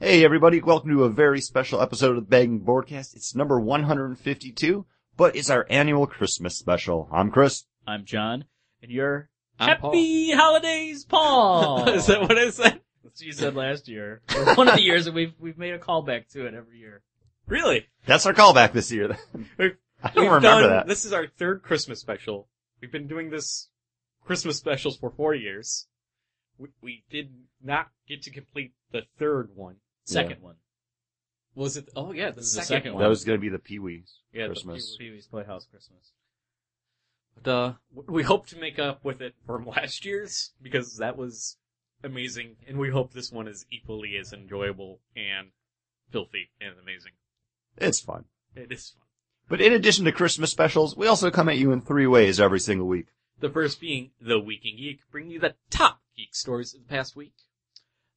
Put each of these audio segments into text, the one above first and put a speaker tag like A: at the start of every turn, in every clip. A: Hey everybody, welcome to a very special episode of the Banging Broadcast. It's number 152, but it's our annual Christmas special. I'm Chris.
B: I'm John, and you're
C: I'm
B: Happy Holidays, Paul.
C: Is that what I said?
B: what you said last year? Or one of the years that we've we've made a callback to it every year.
C: Really?
A: That's our callback this year.
C: We've-
A: I don't
C: We've
A: remember
C: done-
A: that.
C: This is our third Christmas special. We've been doing this Christmas specials for four years. We, we did not get to complete the third one.
B: Second one.
C: Was it? Oh yeah, the
B: This is the
C: second,
B: second
C: one.
A: That was gonna be the Pee Wee
C: yeah, the-
A: Christmas.
B: Pee Wee's Playhouse Christmas.
C: But, uh, we hope to make up with it from last year's because that was amazing, and we hope this one is equally as enjoyable and filthy and amazing.
A: It's fun.
C: It is fun.
A: But in addition to Christmas specials, we also come at you in three ways every single week.
C: The first being the Week in Geek, bringing you the top geek stories of the past week.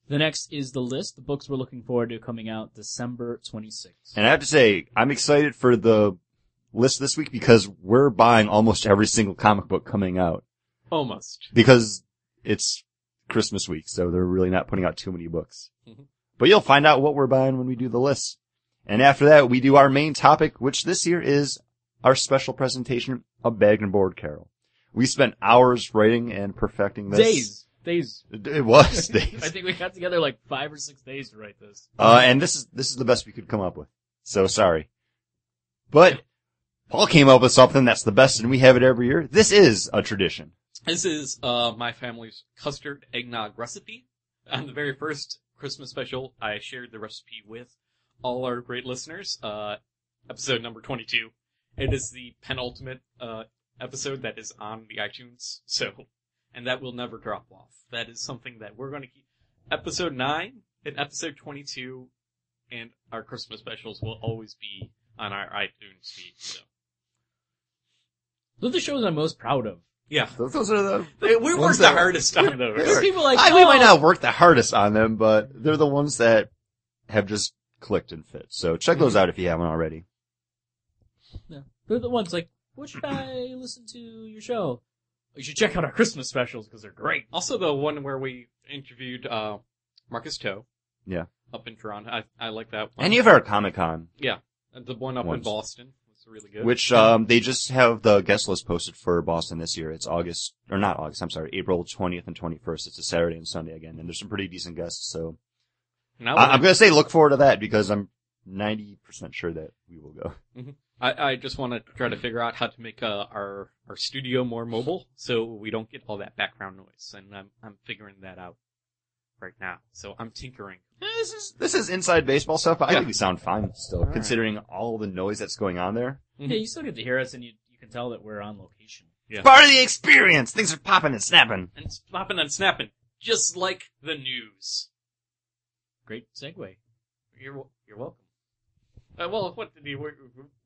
B: The next is the list. The books we're looking forward to coming out December 26th.
A: And I have to say, I'm excited for the list this week because we're buying almost every single comic book coming out
C: Almost.
A: because it's Christmas week, so they're really not putting out too many books.
B: Mm-hmm.
C: Mhm.
A: But you'll find out what we're buying when we do the list. And after that, we do our main topic, which this year is our special presentation of Bag and Board Carol. We spent hours writing and perfecting this.
B: days, days.
A: It it was
B: I
A: days.
B: think we got together like five or six days to write this.
A: Uh, and this is, this is the best we could come up with. So sorry. But Paul came up with something that's the best and we have it every year. This is a tradition.
C: This is uh, my family's custard eggnog recipe. On the very first Christmas special, I shared the recipe with all our great listeners. Uh, episode number 22. It is the penultimate uh, episode that is on the iTunes, so and that will never drop off. That is something that we're going to keep. Episode nine and episode 22, and our Christmas specials will always be on our iTunes feed. So
B: Those are the shows I'm most proud of.
C: yeah,
A: Those those are the
C: we worked
A: ones
C: the
A: that-
C: hardest on those.
B: There's people like
A: I, we
B: "Oh,
A: might not work the hardest on them, but they're the ones that have just clicked and fit. So check those
B: Mm-hmm.
A: out if you haven't already.
B: They're the ones like, what should I listen to your show? You should check out our Christmas specials because they're great.
C: Also, the one where we interviewed uh, Marcus Toe.
A: Yeah.
C: Up in Toronto. I, I like that one.
A: Any of our Comic Con,
C: The one up
A: Ones.
C: in Boston was really good.
A: which um, they just have the guest list posted for Boston this year. It's August, or not August, I'm sorry, April 20th and 21st. It's a Saturday and Sunday again, and there's some pretty decent guests. So
C: And I,
A: I, I'm
C: wanna-
A: going to say look forward to that because I'm 90% sure that we will go.
C: Mm-hmm. I, I just want to try to figure out how to make uh, our our studio more mobile so we don't get all that background noise. And I'm I'm figuring that out right now. So I'm tinkering.
A: This is, this is inside baseball stuff, but I
C: Yeah.
A: think we sound fine still,
C: All right.
A: considering all the noise that's going on there.
B: Yeah, you still get to hear us and you, you can tell that we're on location.
C: Mm-hmm. Yeah.
A: Part of the experience! Things are popping and snapping.
C: And it's popping and snapping, just like the news.
B: Great segue.
C: You're wel- you're welcome. Uh, well, what did you we,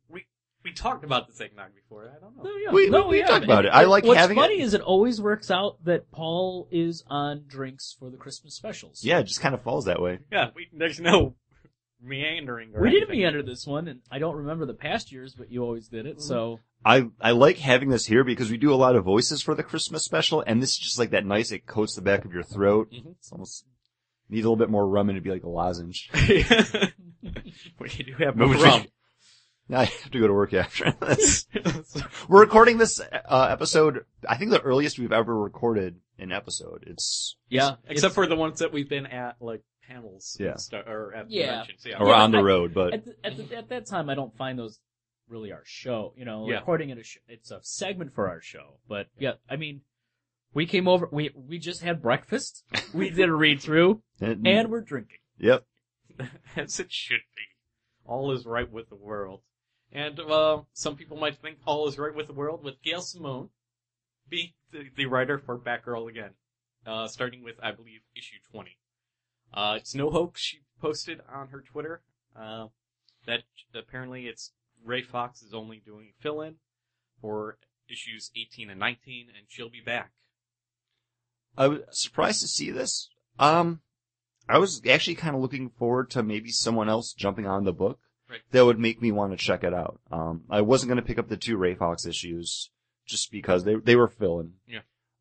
C: we we talked about this eggnog before? I don't know.
B: No, yeah.
A: We-
B: no,
A: we
B: yeah,
A: talked
B: but-
A: about it. I like
B: What's
A: having
B: funny is it always works out that Paul is on drinks for the Christmas specials.
A: Yeah, it just kind of falls that way.
C: Yeah, we, there's no meandering. Or
B: We did
C: anything.
B: meander this one, and I don't remember the past years, but you always did it,
C: Mm-hmm.
B: so.
A: I, I like having this here because we do a lot of voices for the Christmas special, and this is just like that nice, it coats the back of your throat.
C: Mhm.
A: It's almost, need a little bit more rum and it'd be like a lozenge.
C: we do have
A: Moving
C: rum.
A: Now I have to go to work after this.
C: So,
A: We're recording this uh, episode, I think the earliest we've ever recorded an episode. It's,
B: Yeah.
C: Except for the ones that we've been at, like panels. and
A: Yeah.
C: stu- or at
B: Yeah.
C: conventions. Yeah.
A: or
B: Yeah,
A: on the
B: I-
A: road, but
B: At, the, at, the, at that time, I don't find those really our show. You know,
C: Yeah.
B: recording it, a sh- it's a segment for our show. But yeah, I mean, we came over, we, we just had breakfast, we did a read through, and we're drinking.
A: yep.
C: As it should be. All is right with the world. And uh, some people might think all is right with the world with Gail Simone, being the, the writer for Batgirl again, uh, starting with I believe issue twenty. Uh, it's no hoax. She posted on her Twitter uh, that apparently it's Ray Fox is only doing fill-in for issues eighteen and nineteen, and she'll be back.
A: I was surprised to see this. Um, I was actually kind of looking forward to maybe someone else jumping on the book
C: Right.
A: that would make me want to check it out. Um, I wasn't going to pick up the two Ray Fox issues just because they they were filling.
C: Yeah.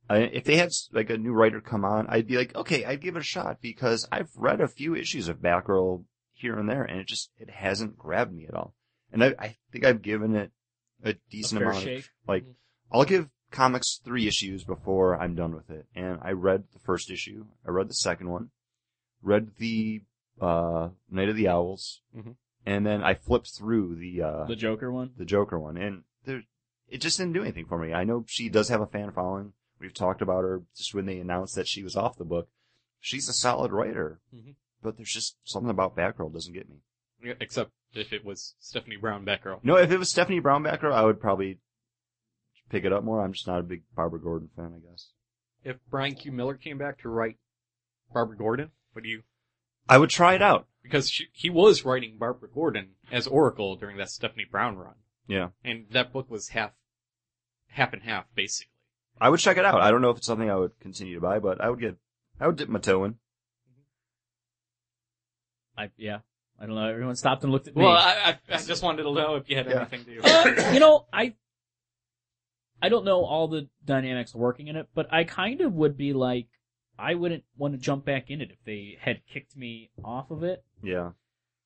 A: I, if they had like a new writer come on, I'd be like, okay, I'd give it a shot because I've read a few issues of Batgirl here and there, and it just it hasn't grabbed me at all. And I, I think I've given it a decent
B: fair
A: amount. Of,
B: shake. Mm-hmm.
A: like, I'll give comics three issues before I'm done with it. And I read the first issue, I read the second one, read the uh Night of the Owls,
C: Mhm.
A: and then I flipped through the uh
B: Mm-hmm. The Joker one.
A: the Joker one, and there, it just didn't do anything for me. I know she does have a fan following. We've talked about her just when they announced that she was off the book. She's a solid writer,
C: Mhm.
A: but there's just something about Batgirl doesn't get me.
C: Yeah, Except if it was Stephanie Brown Batgirl.
A: No, if it was Stephanie Brown Batgirl, I would probably pick it up more. I'm just not a big Barbara Gordon fan, I guess.
C: If Brian Q. Miller came back to write Barbara Gordon, would you?
A: I would try it out.
C: Because she, he was writing Barbara Gordon as Oracle during that Stephanie Brown run,
A: Yeah,
C: and that book was half, half and half basically.
A: I would check it out. I don't know if it's something I would continue to buy, but I would get, I would dip my toe in.
B: I yeah. I don't know. Everyone stopped and looked at me.
C: Well, I, I, I just wanted to know if you had
A: Yeah.
C: anything to.
B: Uh, you know, I I don't know all the dynamics working in it, but I kind of would be like, I wouldn't want to jump back in it if they had kicked me off of it,
A: Yeah,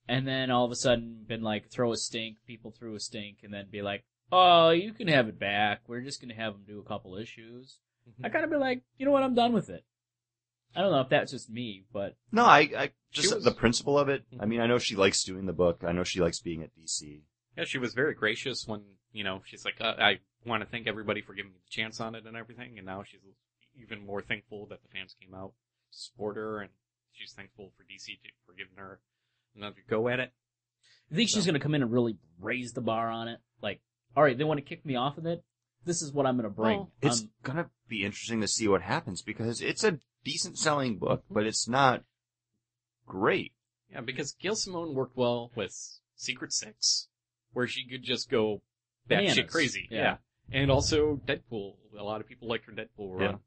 B: and then all of a sudden been like, throw a stink, people threw a stink, and then be like, oh, you can have it back. We're just gonna have them do a couple issues. I kind of be like, you know what? I'm done with it. I don't know if that's just me, but
A: no, I, I just
C: She was-
A: the principle of it. I
C: Mhm.
A: mean, I know she likes doing the book. I know she likes being at DC.
C: Yeah, she was very gracious when you know she's like, uh, I want to thank everybody for giving me the chance on it and everything, and now she's even more thankful that the fans came out to support her, and she's thankful for DC to, for giving her another go at it.
B: I think she's
C: So-
B: gonna come in and really raise the bar on it. Like, all right, they want to kick me off of it. This is what I'm gonna bring.
C: Well,
A: It's
B: Um,
A: gonna be interesting to see what happens because it's a decent selling book,
C: Mm-hmm.
A: but it's not great.
C: Yeah, because Gail Simone worked well with Secret Six, where she could just go batshit
B: Bananas.
C: crazy.
B: Yeah.
C: And also Deadpool. A lot of people liked her Deadpool
A: Yeah.
C: run.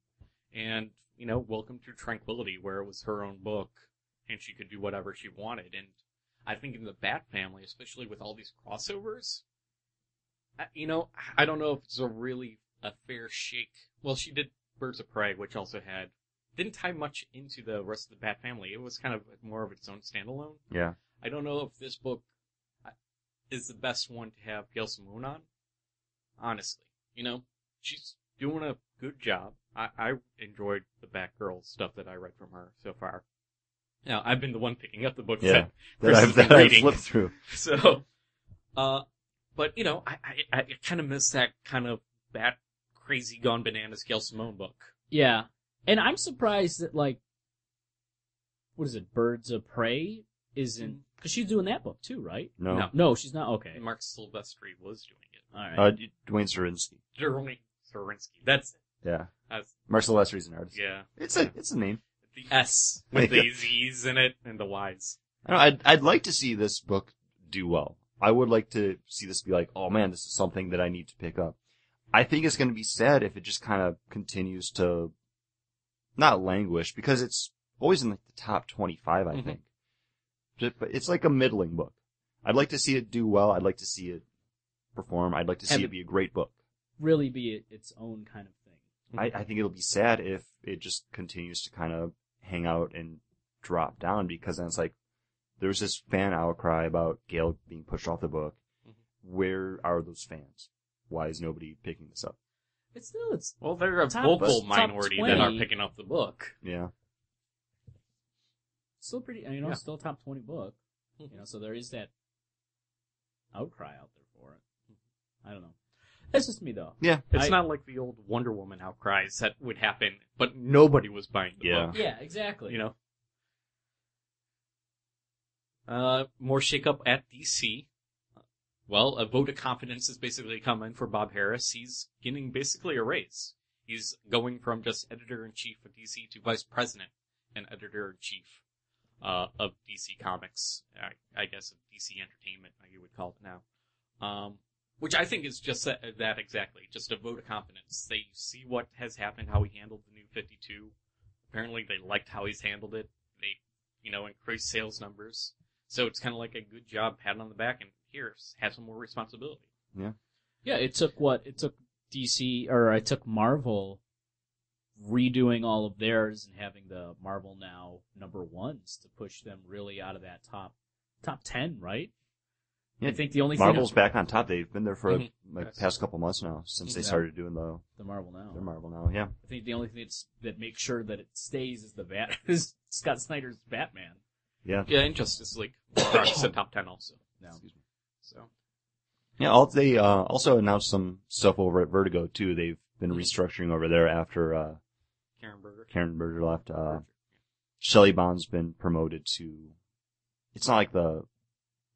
C: And, you know, Welcome to Tranquility, where it was her own book, and she could do whatever she wanted. And I think in the Bat family, especially with all these crossovers, I- Uh, you know, I don't know if it's a really a fair shake. Well, she did Birds of Prey, which also had, didn't tie much into the rest of the Bat family. It was kind of more of its own standalone.
A: Yeah.
C: I don't know if this book uh, is the best one to have Gail Simone on. Honestly, you know, she's doing a good job. I, I enjoyed the Batgirl stuff that I read from her so far. Now, I've been the one picking up the books
A: Yeah.
C: that
A: That I've,
C: Chris has
A: that
C: been
A: I've
C: reading.
A: flipped through.
C: So, uh, but you know, I, I, I kind of miss that kind of Bat crazy gone bananas Gail Simone book.
B: yeah. And I'm surprised that like, what is it? Birds of Prey isn't because she's doing that book too, right?
A: No.
C: Mm. No.
B: No, she's not. Okay.
C: Mark Silvestri was doing it.
B: All right.
A: Uh, Dwayne Zirinsky.
C: Jeremy Sorinsky. That's it.
A: Yeah.
C: That's,
A: Marcel Lestri's an artist.
C: yeah.
A: It's a, it's a name.
C: the S with the Z's in it and the Y's.
A: I don't know, I'd, I'd like to see this book do well. I would like to see this be like, oh man, this is something that I need to pick up. I think it's going to be sad if it just kind of continues to not languish because it's always in like the top 25, I
C: Mhm.
A: think. Ju- But it's like a middling book. I'd like to see it do well. I'd like to see it perform. I'd like to see
B: Have
A: it
B: it-
A: be a great book.
B: really be it- its own kind of thing.
A: I, I think it'll be sad if it just continues to kind of hang out and drop down because then it's like there's this fan outcry about Gail being pushed off the book.
C: Mhm.
A: Where are those fans? Why is nobody picking this up?
B: It's still it's
C: Well, they're a
B: Top-
C: vocal
B: top
C: minority that are
B: 20.
C: picking up the book.
A: Yeah.
B: still pretty. You know,
C: Yeah. Hmm.
B: still a top twenty book. You know, so there is that outcry out there for it.
C: Hmm.
B: I don't know. That's just me though.
A: Yeah.
C: It's
B: I-
C: not like the old Wonder Woman outcries that would happen, but nobody was buying the
A: Yeah.
C: book.
B: Yeah, exactly.
C: You know. Uh, more shakeup at DC. Well, a vote of confidence is basically coming for Bob Harris. He's getting basically a raise. He's going from just editor in chief of DC to vice president and editor in chief uh, of DC Comics. I, I guess of DC Entertainment, like you would call it now. Um, which I think is just that, that exactly, just a vote of confidence. They see what has happened, how he handled the new 52, apparently they liked how he's handled it. They, you know, increased sales numbers. So it's kind of like a good job, pat on the back, and here, have some more responsibility.
B: Yeah, it took what? It took DC, or it took Marvel redoing all of theirs and having the Marvel Now number ones to push them really out of that top top ten, right?
A: Yeah,
B: I think the only
A: Hmm. Marvel's
B: thing Mm-hmm.
A: back on top. They've been there for
C: Mhm.
A: like
C: Yes.
A: past couple months now since they
B: Yeah.
A: started doing the
B: the Marvel Now.
A: their Marvel now. Yeah,
B: I think the only thing that's, that makes sure that it stays is the Bat is Scott Snyder's Batman.
A: yeah,
C: Yeah, and Justice League rocks the top ten also.
B: No.
A: Excuse me.
C: So
A: yeah. All, they uh, also announced some stuff over at Vertigo too. They've been
C: Mhm.
A: restructuring over there after uh,
C: Karen Berger.
A: Karen Berger left. Uh,
C: Berger.
A: Shelley Bond's been promoted to. It's not like the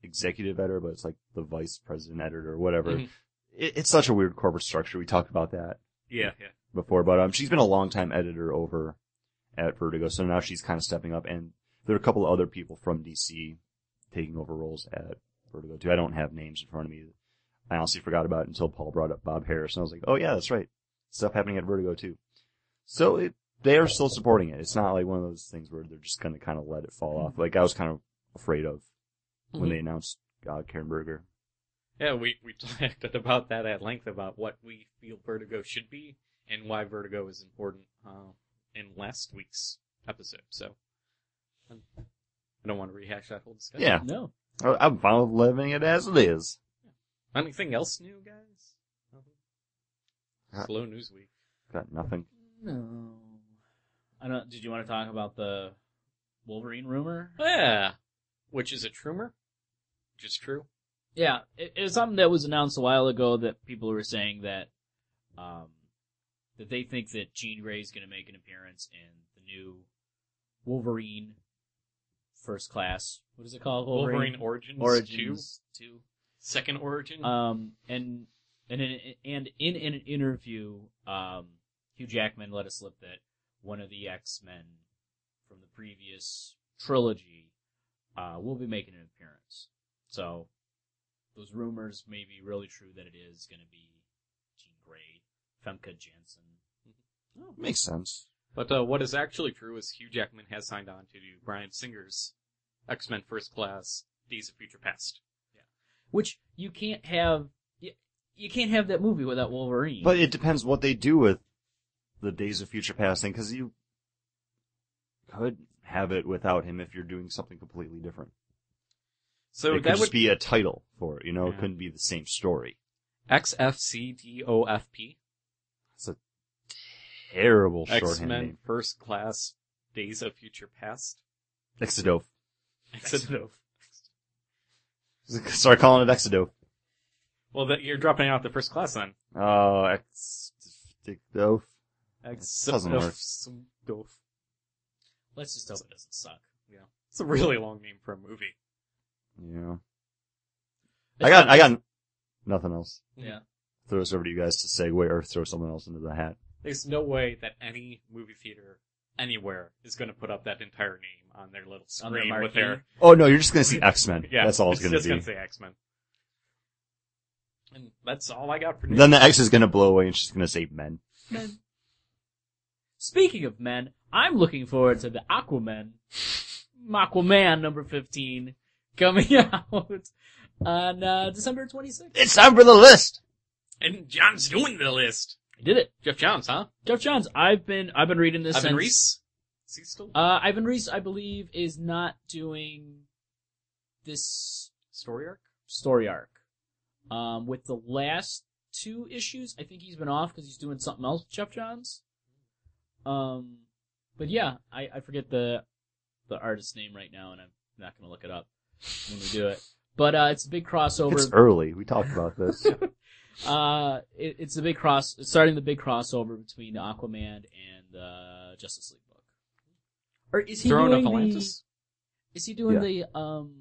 A: executive editor, but it's like the vice president editor or whatever.
C: Mhm.
A: It, it's such a weird corporate structure. We talked about that
C: Yeah, yeah.
A: before, but um, she's been a longtime editor over at Vertigo, so now she's kind of stepping up, and there are a couple of other people from DC taking over roles at Vertigo too. I don't have names in front of me. I honestly forgot about it until Paul brought up Bob Harris, and I was like, oh yeah, that's right. Stuff happening at Vertigo too. So it, they are still supporting it. It's not like one of those things where they're just gonna kind of let it fall off. Like I was kind of afraid of when they announced uh, Karen Berger.
C: Yeah, we we talked about that at length about what we feel Vertigo should be and why Vertigo is important uh, in last week's episode. So um, I don't want to rehash that whole discussion.
A: Yeah,
B: No.
A: I- I'm fine with leaving it as it is.
C: Anything else new, guys? Nothing?
A: Uh,
C: Slow news week.
A: Got nothing.
B: No. I don't did you want to talk about the Wolverine rumor?
C: Yeah, which is a trumor, which is true.
B: Yeah, it, it was something that was announced a while ago that people were saying that, um, that they think that Jean Grey's going to make an appearance in the new Wolverine First Class. What is it called?
C: Wolverine, Origins,
B: Origins Two.
C: Two, Second Origin.
B: Um, and and in, and in an interview, um, Hugh Jackman let us slip that one of the X Men from the previous trilogy uh, will be making an appearance. So those rumors may be really true that it is going to be Jean Grey, Femke Janssen.
C: Oh,
A: Makes sense.
C: But uh, what is actually true is Hugh Jackman has signed on to do Brian Singer's X Men First Class Days of Future Past.
B: Which you can't have. You, you can't have that movie without Wolverine.
A: But it depends what they do with the Days of Future Past thing, because you could have it without him if you're doing something completely different.
C: So
A: it could
C: that
A: just
C: would
A: be a title for it, you know? It
C: Yeah.
A: couldn't be the same story.
C: XFCDOFP.
A: Terrible
C: X
A: shorthand
C: Men
A: name.
C: First Class Days of Future Past.
A: Exodoph.
C: Exodoph.
A: Start calling it Exodoph.
C: Well, that, you're dropping out the first class then.
A: Oh, Exodoph. doesn't work.
C: Exodoph.
B: let's just hope it doesn't suck.
C: It's a really long name for a movie.
A: Yeah. I got, I got nothing else.
B: Yeah.
A: Throw this over to you guys to segue or throw someone else into the hat.
C: There's no way that any movie theater anywhere is going to put up that entire name on their little
B: On their
C: screen with their
A: Oh no, you're just gonna see X-Men.
C: Yeah,
A: That's all it's,
C: just
A: gonna
C: gonna
A: be.
C: say X Men. And that's all I got for news.
A: Then the X is gonna blow away and she's gonna say men.
B: Men. Speaking of men, I'm looking forward to the Aquaman, Aquaman number 15, coming out on uh, December 26th. I
A: It's time for the list!
C: and John's doing the list.
B: did it.
C: Jeff Johns, huh?
B: Jeff Johns, I've been, I've been reading this
C: Evan
B: since-
C: Reese. Is he still
B: Uh, Ivan Reese, I believe, is not doing this
C: story arc?
B: story arc. Um, with the last two issues, I think he's been off because he's doing something else with Jeff Johns. Um, but yeah, I, I forget the the artist's name right now, and I'm not gonna look it up when we do it. But uh, it's a big
A: It's
B: crossover.
A: early. We talked about this.
B: Uh, it, it's a big cross. It's starting the big crossover between the Aquaman and the Justice League book. Or is he
C: Throne of
B: doing
C: Atlantis.
B: The, is he doing the um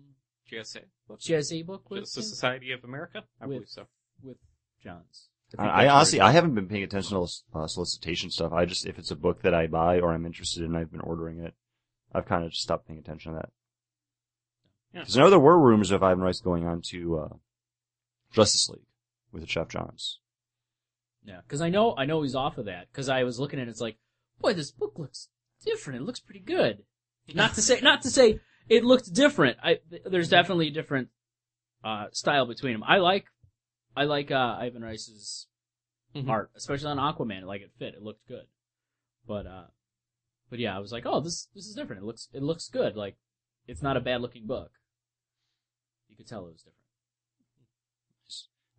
C: JSA. What's
B: GSA book with
C: the
B: him?
C: Society of America? I
B: With-
C: believe so.
B: with Johns?
A: I, I honestly, I haven't been paying attention to this, uh, solicitation stuff. I just, if it's a book that I buy or I'm interested in, I've been ordering it. I've kind of just stopped paying attention to that.
C: Yeah.
A: Because I know there were rumors of Ivan Rice going on to, uh, Justice League with Jeff Johns.
B: Yeah, because I know I know he's off of that. Because I was looking at it, it's like, boy, this book looks different. It looks pretty good. Not to say not to say it looked different. I th- there's definitely a different uh, style between them. I like I like uh, Ivan Rice's
C: Mhm.
B: art, especially on Aquaman. Like it fit. It looked good. But uh, but yeah, I was like, oh, this this is different. It looks it looks good. Like, it's not a bad looking book. You could tell it was different.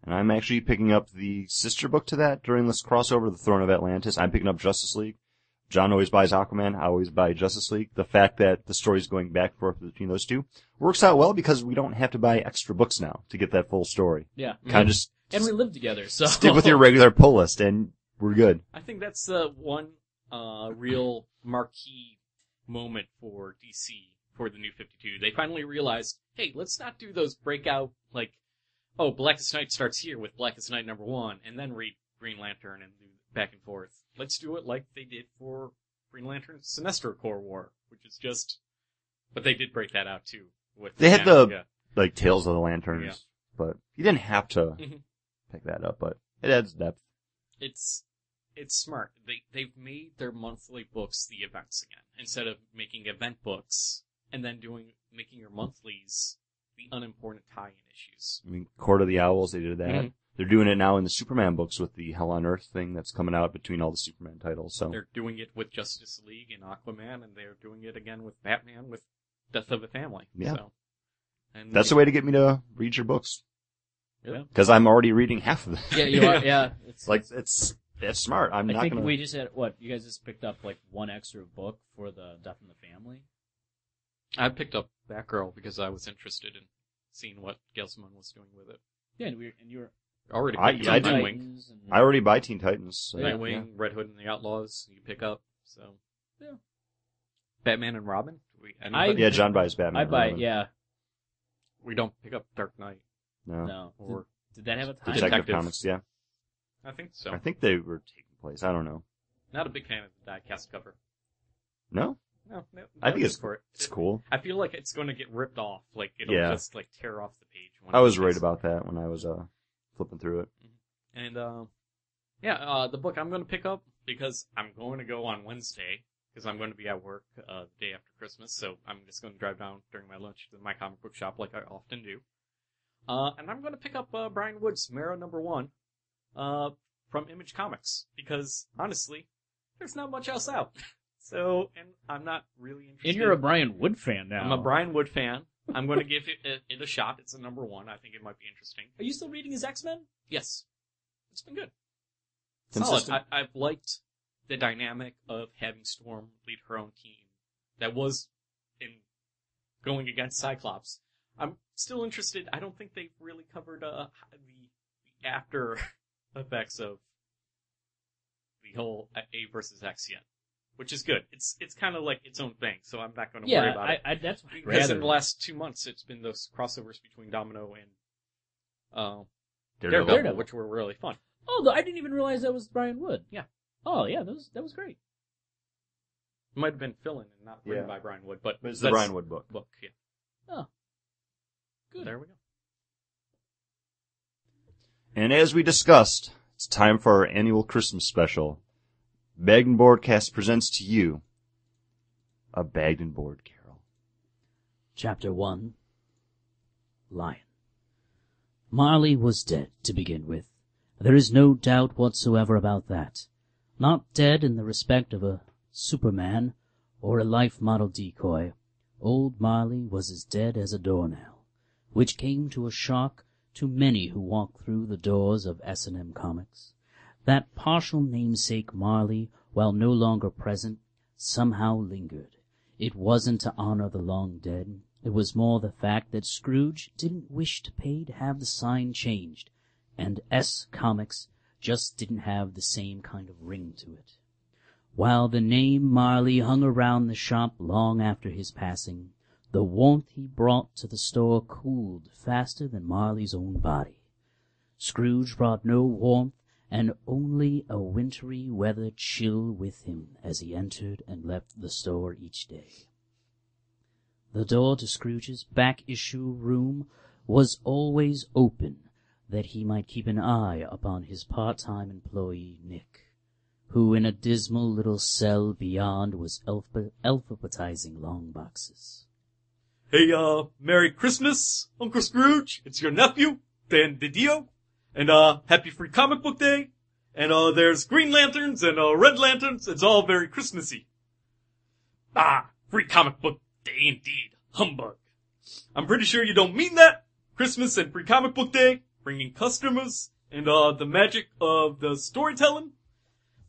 A: And I'm actually picking up the sister book to that during this crossover, The Throne of Atlantis. I'm picking up Justice League. John always buys Aquaman. I always buy Justice League. The fact that the story's going back and forth between those two works out well because we don't have to buy extra books now to get that full story.
B: Yeah,
A: Kind of just
B: and we lived together, so
A: stick with your regular pull list and we're good.
C: I think that's the one uh, real marquee moment for DC for the New Fifty Two. They finally realized, hey, let's not do those breakout like, oh, Blackest Night starts here with Blackest Night number one, and then read Green Lantern and do back and forth. Let's do it like they did for Green Lantern Sinestro Corps War, which is just. But they did break that out too. With
A: They had
C: Danica.
A: the- Like Tales of the Lanterns.
C: Yeah.
A: But you didn't have to
B: Mm-hmm.
C: Mhm.
A: pick that up, but it adds depth.
C: it's it's smart. They they've made their monthly books the events again instead of making event books and then doing making your monthlies the unimportant tie-in issues.
A: I mean, Court of the Owls, they did that.
B: Mm-hmm.
C: Mhm.
A: They're doing it now in the Superman books with the Hell on Earth thing that's coming out between all the Superman titles. So
C: They're doing it with Justice League and Aquaman, and they're doing it again with Batman with Death of a Family.
A: Yeah.
C: So, and
A: that's the way to get me to read your books
B: yeah,
A: because I'm already reading half of them.
B: yeah, you are, yeah. It's,
A: like it's that's smart. I'm
B: I
A: not
B: think
A: gonna.
B: we just had what you guys just picked up like one extra book for the Death in the Family.
C: I picked up Batgirl because I was interested in seeing what Gail Simone was doing with it.
B: Yeah, and we were, and you were
C: Already,
A: I-
C: picked
A: yeah,
C: up
A: I
C: Nightwing.
A: did.
B: Titans and-
A: I already buy Teen Titans. So,
B: Yeah.
C: Nightwing, Red Hood, and the Outlaws. You pick up so.
B: Yeah.
C: Batman and Robin. We
A: yeah.
C: anybody-
A: Yeah, John buys Batman.
B: I buy it.
A: Robin.
B: Yeah,
C: We don't pick up Dark Knight
A: No.
B: no. Did,
C: or
B: did that have a time?
A: Detective,
C: Detective.
A: Comics. Yeah,
C: I think so.
A: I think they were taking place. I don't know.
C: Not a big fan of the diecast cover.
A: No,
C: No, no.
A: I
C: no
A: think it's-
C: for it.
A: it's cool.
C: I feel like it's going to get ripped off. Like it'll
A: Yeah.
C: just like tear off the page. When
A: I
C: it
A: was
C: gets-
A: worried about that when I was uh flipping through it.
C: And um, yeah, uh, the book I'm going to pick up because I'm going to go on Wednesday because I'm going to be at work uh, the day after Christmas, so I'm just going to drive down during my lunch to my comic book shop like I often do. Uh, and I'm going to pick up uh, Brian Wood's Marrow Number One uh, from Image Comics because honestly, there's not much else out. So, and I'm not really interested.
B: And you're a Brian Wood fan now.
C: I'm a Brian Wood fan. I'm going to give it, it, it a shot. It's a number one. I think it might be interesting.
B: Are you still reading his X Men?
C: Yes. It's been good.
A: Consistent.
C: Solid. I, I've liked the dynamic of having Storm lead her own team that was in going against Cyclops. I'm still interested. I don't think they've really covered uh, the, the after effects of the whole A versus X yet, which is good. It's it's kind of like its own thing, so I'm not going to worry
B: Yeah,
C: about it.
B: I, I, that's what I'd
C: Because in
B: rather.
C: the last two months, it's been those crossovers between Domino and uh,
A: Daredevil.
B: Daredevil.
C: which were really fun.
B: Oh, the- I didn't even realize that was Brian Wood.
C: Yeah.
B: Oh yeah, that was that was great.
C: It might have been fill-in and not written
A: Yeah.
C: by Brian Wood, but
A: But It's the
C: that's-
A: Brian Wood book.
C: book. Yeah.
B: Good.
C: There we go.
A: And as we discussed, it's time for our annual Christmas special. Bagged and Boardcast presents to you a Bagged and Board Carol.
D: Chapter 1 Lion. Marley was dead to begin with. There is no doubt whatsoever about that. Not dead in the respect of a Superman or a life model decoy. Old Marley was as dead as a doornail, which came to a shock to many who walked through the doors of S&M Comics. That partial namesake Marley, while no longer present, somehow lingered. It wasn't to honor the long dead. It was more the fact that Scrooge didn't wish to pay to have the sign changed, and S Comics just didn't have the same kind of ring to it. While the name Marley hung around the shop long after his passing, the warmth he brought to the store cooled faster than Marley's own body. Scrooge brought no warmth and only a wintry weather chill with him as he entered and left the store each day. The door to Scrooge's back issue room was always open that he might keep an eye upon his part-time employee Nick, who in a dismal little cell beyond was alpha- alphabetizing long boxes.
C: Hey, uh, Merry Christmas, Uncle Scrooge. It's your nephew, Dan Didio. And, uh, happy free comic book day.
E: And uh, there's green lanterns and uh, red lanterns. It's all very Christmassy. Ah, free comic book day indeed. Humbug. I'm pretty sure you don't mean that. Christmas and free comic book day, bringing customers and uh, the magic of the storytelling.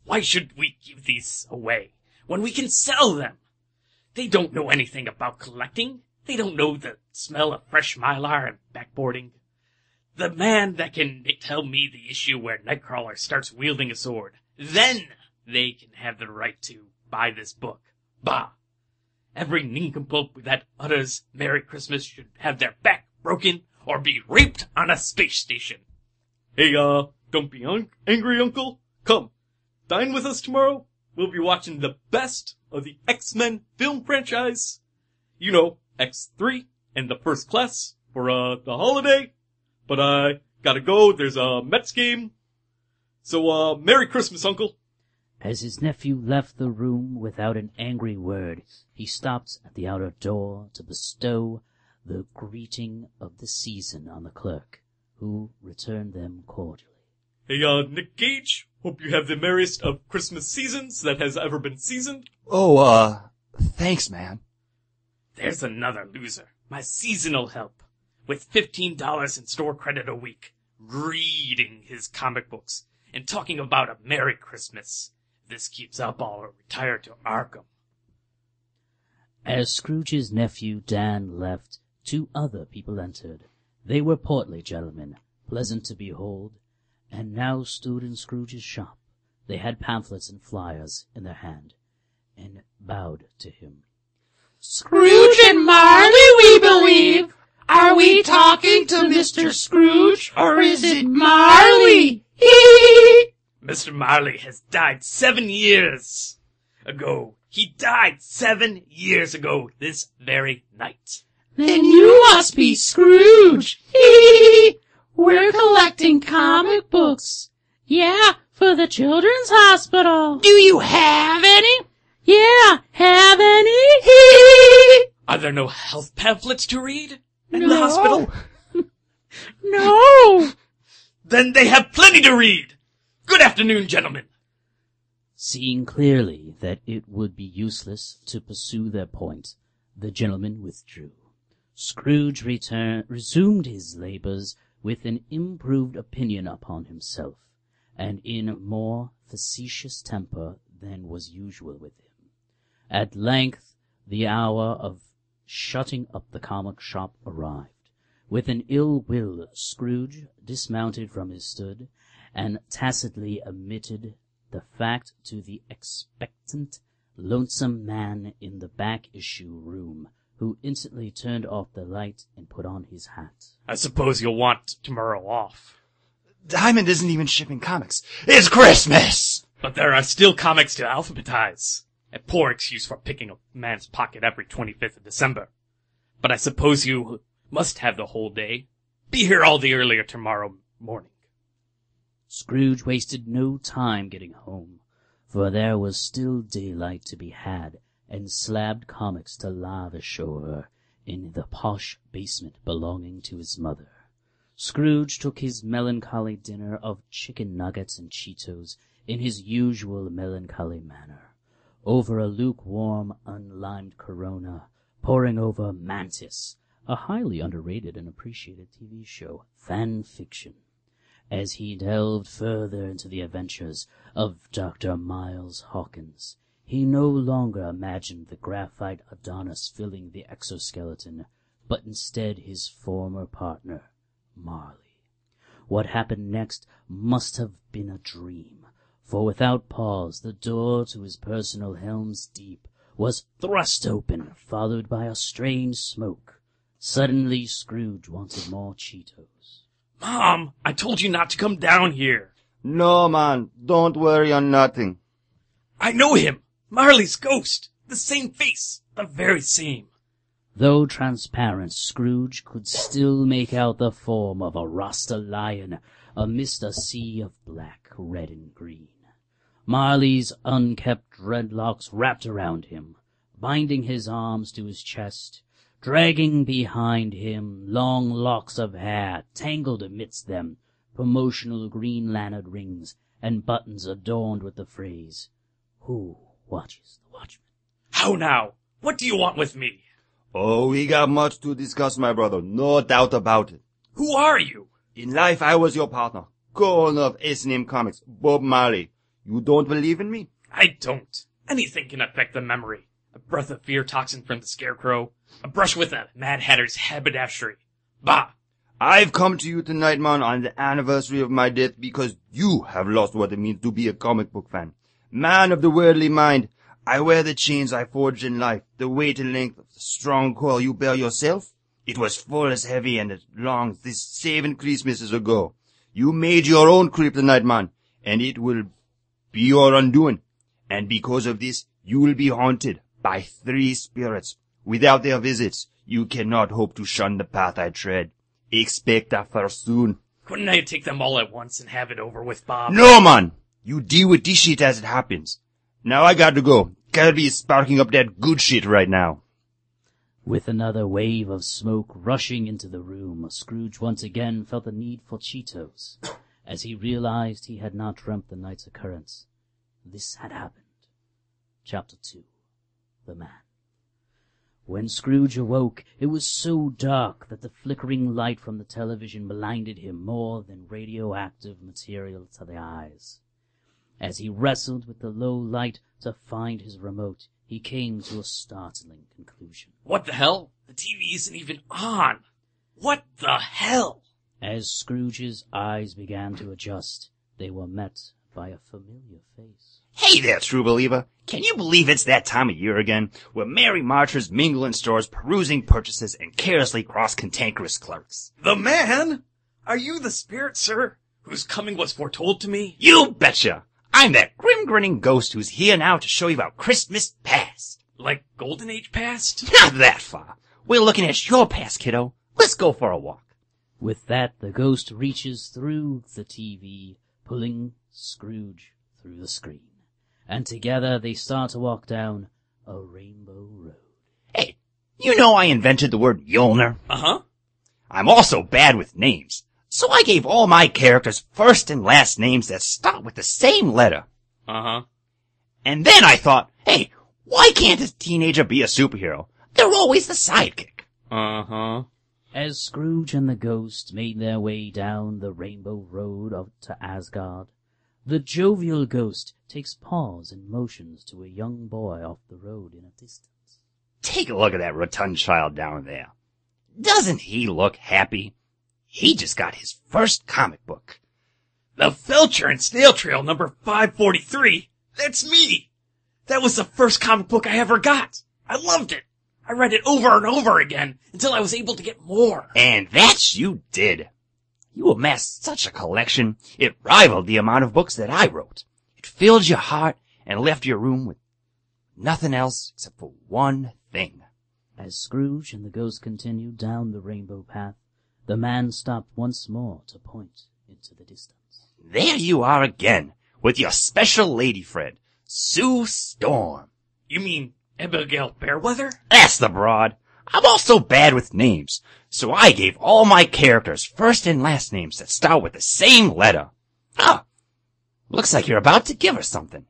E: Why should we give these away when we can sell them? They don't know anything about collecting. They don't know the smell of fresh mylar and backboarding. The man that can tell me the issue where Nightcrawler starts wielding a sword, then they can have the right to buy this book. Bah! Every nincompoop that utters Merry Christmas should have their back broken or be raped on a space station. Hey, uh, don't be un- angry, Uncle. Come, dine with us tomorrow. We'll be watching the best of the X-Men film franchise. You know, X3 and the First Class for, uh, the holiday. But I gotta go. There's a Mets game. So, uh, Merry Christmas, Uncle.
D: As his nephew left the room without an angry word, he stopped at the outer door to bestow the greeting of the season on the clerk, who returned them cordially.
E: Hey, uh, Nick Gage. Hope you have the merriest of Christmas seasons that has ever been seasoned.
F: Oh, uh, thanks, man.
E: There's another loser. My seasonal help. With $15 in store credit a week. Reading his comic books and talking about a Merry Christmas. This keeps up, I'll retire to Arkham.
D: As Scrooge's nephew Dan left, two other people entered. They were portly gentlemen, pleasant to behold, and now stood in Scrooge's shop. They had pamphlets and flyers in their hand, and bowed to him.
G: Scrooge and Marley, we believe. Are we talking to Mr. Scrooge or is it Marley?
E: Mr. Marley has died seven years ago. He died seven years ago this very night.
G: then you must be Scrooge. We're collecting comic books. Yeah, for the children's hospital. Do you have any? Yeah, have any?
E: Are there no health pamphlets to read in the
G: No.
E: hospital?
G: no.
E: Then they have plenty to read. Good afternoon, gentlemen.
D: Seeing clearly that it would be useless to pursue their point, the gentlemen withdrew. Scrooge return, resumed his labors with an improved opinion upon himself, and in more facetious temper than was usual with him. At length, the hour of shutting up the comic shop arrived. With an ill will, Scrooge dismounted from his stood, and tacitly admitted the fact to the expectant, lonesome man in the back issue room, who instantly turned off the light and put on his hat.
E: I suppose you'll want tomorrow off.
F: Diamond isn't even shipping comics. It's Christmas!
E: But there are still comics to alphabetize. A poor excuse for picking a man's pocket every 25th of December. But I suppose you must have the whole day. Be here all the earlier tomorrow morning.
D: Scrooge wasted no time getting home, for there was still daylight to be had and slabbed comics to lavish over in the posh basement belonging to his mother. Scrooge took his melancholy dinner of chicken nuggets and Cheetos in his usual melancholy manner, over a lukewarm, unlimed Corona, pouring over Mantis, a highly underrated and appreciated TV show, fan fiction as he delved further into the adventures of Dr. Miles Hawkins. He no longer imagined the graphite Adonis filling the exoskeleton, but instead his former partner, Marley. What happened next must have been a dream, for without pause the door to his personal helm's deep was thrust open, followed by a strange smoke. Suddenly Scrooge wanted more Cheetos.
E: Mom, I told you not to come down here.
F: No, man, don't worry on nothing.
E: I know him. Marley's ghost. The same face. The very same.
D: Though transparent, Scrooge could still make out the form of a Rasta lion amidst a sea of black, red, and green. Marley's unkept dreadlocks wrapped around him, binding his arms to his chest, dragging behind him long locks of hair tangled amidst them, promotional green lantern rings, and buttons adorned with the phrase, Who watches the watchman?
E: How now? What do you want with me?
F: Oh, we got much to discuss, my brother. No doubt about it.
E: Who are you?
F: In life, I was your partner. Co-owner of S&M Comics, Bob Marley. You don't believe in me?
E: I don't. Anything can affect the memory. A breath of fear toxin from the scarecrow. A brush with a Mad Hatter's haberdashery. Bah!
F: I've come to you tonight, man, on the anniversary of my death because you have lost what it means to be a comic book fan. Man of the worldly mind, I wear the chains I forged in life, the weight and length of the strong coil you bear yourself. It was full as heavy and as long as this seven Christmases ago. You made your own kryptonite, man, and it will be your undoing. And because of this, you will be haunted by three spirits. Without their visits, you cannot hope to shun the path I tread. Expect a soon.
E: Couldn't I take them all at once and have it over with, Bob?
F: No, man! You deal with this shit as it happens. Now I gotta go. Kirby is sparking up that good shit right now.
D: With another wave of smoke rushing into the room, Scrooge once again felt the need for Cheetos, as he realized he had not dreamt the night's occurrence. This had happened. Chapter 2 The Man When Scrooge awoke, it was so dark that the flickering light from the television blinded him more than radioactive material to the eyes. As he wrestled with the low light to find his remote, he came to a startling conclusion.
E: What the hell? The TV isn't even on. What the hell?
D: As Scrooge's eyes began to adjust, they were met by a familiar face.
F: Hey there, true believer. Can you believe it's that time of year again, where merry marchers mingle in stores, perusing purchases, and carelessly cross cantankerous clerks?
E: The man? Are you the spirit, sir, whose coming was foretold to me?
F: You betcha! I'm that grim grinning ghost who's here now to show you about Christmas past.
E: Like Golden Age past?
F: Not that far. We're looking at your past, kiddo. Let's go for a walk.
D: With that, the ghost reaches through the TV, pulling Scrooge through the screen. And together they start to walk down a rainbow road.
F: Hey, you know I invented the word Yolner.
E: Uh huh.
F: I'm also bad with names. So I gave all my characters first and last names that start with the same letter.
E: Uh huh.
F: And then I thought, hey, why can't a teenager be a superhero? They're always the sidekick.
E: Uh huh.
D: As Scrooge and the ghost made their way down the rainbow road up to Asgard, the jovial ghost takes pause and motions to a young boy off the road in a distance.
F: Take a look at that rotund child down there. Doesn't he look happy? He just got his first comic book.
E: The Felcher and Snail Trail number 543? That's me! That was the first comic book I ever got! I loved it! I read it over and over again until I was able to get more.
F: And that you did. You amassed such a collection, it rivaled the amount of books that I wrote. It filled your heart and left your room with nothing else except for one thing.
D: As Scrooge and the ghost continued down the rainbow path, the man stopped once more to point into the distance.
F: There you are again, with your special lady friend, Sue Storm.
E: You mean Abigail Fairweather?
F: That's the broad. I'm also bad with names, so I gave all my characters first and last names that start with the same letter. Ah, looks like you're about to give her something.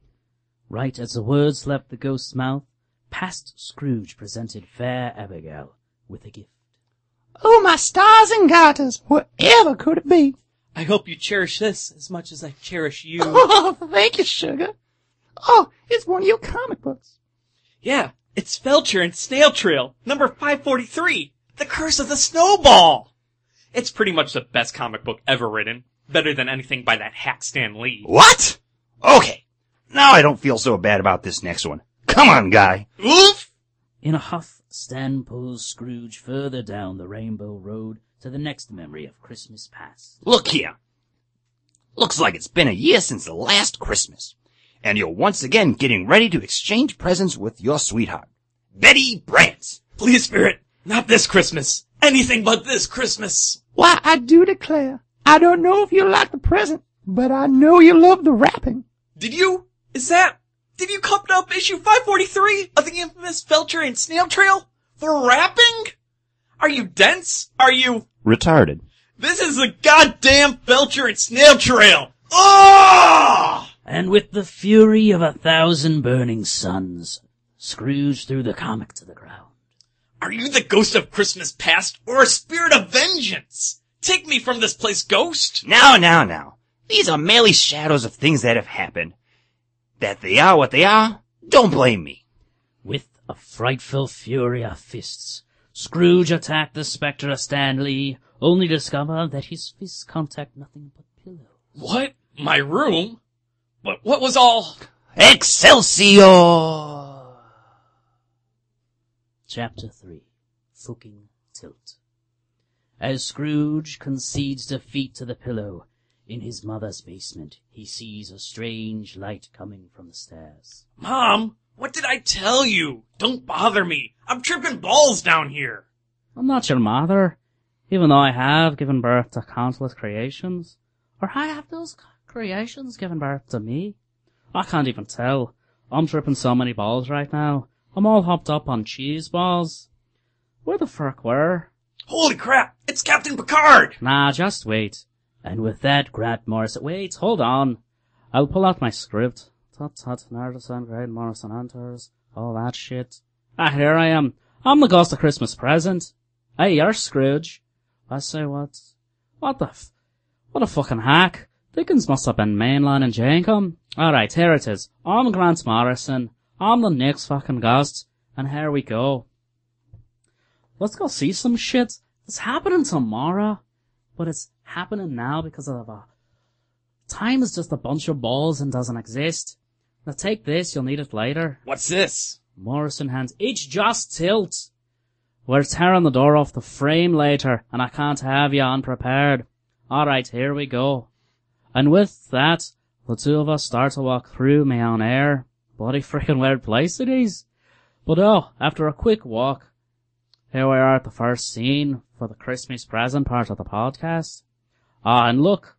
D: Right as the words left the ghost's mouth, past Scrooge presented fair Abigail with a gift.
F: Oh, my stars and garters, whatever could it be?
E: I hope you cherish this as much as I cherish you.
F: Oh, thank you, sugar. Oh, it's one of your comic books.
E: yeah, it's Felcher and Snail Trail number 543, The Curse of the Snowball! It's pretty much the best comic book ever written. Better than anything by that hack Stan Lee.
F: What? Okay, now I don't feel so bad about this next one. Come on, guy.
E: Oof!
D: In a huff, Stan pulls Scrooge further down the rainbow road to the next memory of Christmas past.
F: Look here. Looks like it's been a year since the last Christmas, and you're once again getting ready to exchange presents with your sweetheart, Betty Brant.
E: Please, Spirit, not this Christmas. Anything but this Christmas.
H: Why, I do declare, I don't know if you like the present, but I know you love the wrapping.
E: Did you? Is that? Did you cup up issue 543 of the infamous Felcher and Snail Trail for rapping? Are you dense? Are you?
F: Retarded.
E: This is the goddamn Felcher and Snail Trail.
I: And with the fury of a thousand burning suns, Scrooge threw the comic to the ground.
J: Are you the ghost of Christmas past or a spirit of vengeance? Take me from this place, ghost!
F: Now, now, now. These are merely shadows of things that have happened. That they are what they are, don't blame me.
I: With a frightful fury of fists, Scrooge attacked the spectre of Stanley, only to discover that his fists contact nothing but pillow.
J: What? My room? But what was all?
F: Excelsior!
I: Chapter 3 Fucking Tilt As Scrooge concedes defeat to the pillow, in his mother's basement, he sees a strange light coming from the stairs.
J: Mom, what did I tell you? Don't bother me. I'm tripping balls down here.
I: I'm not your mother, even though I have given birth to countless creations. Or I have those c- creations given birth to me. I can't even tell. I'm tripping so many balls right now. I'm all hopped up on cheese balls. Where the frick were?
J: Holy crap, it's Captain Picard!
I: Nah, just wait. And with that, Grant Morrison. Wait, hold on. I'll pull out my script. Tut tut, Nardison, Grant Morrison enters. All that shit. Ah, here I am. I'm the ghost of Christmas present. Hey, you're Scrooge. I say what? What the f- What a fucking hack. Dickens must have been mainline in Jankum. Alright, here it is. I'm Grant Morrison. I'm the next fucking ghost. And here we go. Let's go see some shit. It's happening tomorrow but it's happening now because of uh, time is just a bunch of balls and doesn't exist. Now take this, you'll need it later.
J: What's this?
I: Morrison hands, it's just tilt. We're tearing the door off the frame later, and I can't have you unprepared. Alright, here we go. And with that, the two of us start to walk through me on air. Bloody freaking weird place it is. But oh, after a quick walk, here we are at the first scene for the Christmas present part of the podcast. Ah, and look,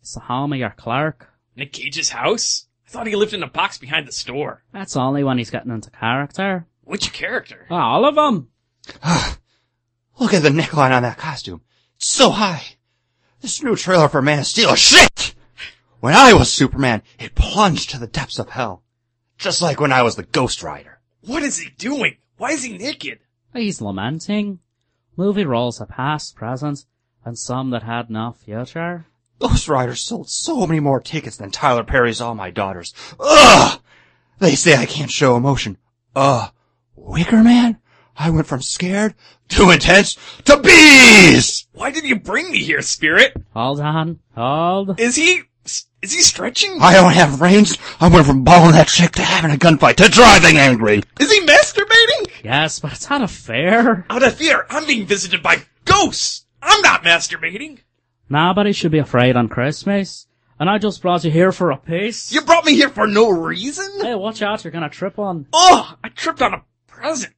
I: it's the home of your clerk.
J: Nick Cage's house? I thought he lived in a box behind the store.
I: That's only when he's getting into character.
J: Which character?
I: Ah, all of them.
F: Look at the neckline on that costume. It's so high. This new trailer for Man of Steel is shit! When I was Superman, it plunged to the depths of hell. Just like when I was the Ghost Rider.
J: What is he doing? Why is he naked?
I: He's lamenting. Movie roles of past, present, and some that had no future.
F: Ghost Rider sold so many more tickets than Tyler Perry's All My Daughters. Ugh! They say I can't show emotion. Uh, Wicker Man? I went from scared to intense to bees!
J: Why did you bring me here, Spirit?
I: Hold on, hold.
J: Is he. is he stretching?
F: I don't have range. I went from balling that chick to having a gunfight to driving angry.
J: Is he masturbating?
I: Yes, but it's not a fair.
J: Out of fear, I'm being visited by ghosts! I'm not masturbating!
I: Nobody should be afraid on Christmas. And I just brought you here for a piece.
J: You brought me here for no reason?
I: Hey, watch out, you're gonna trip on.
J: Oh, I tripped on a present.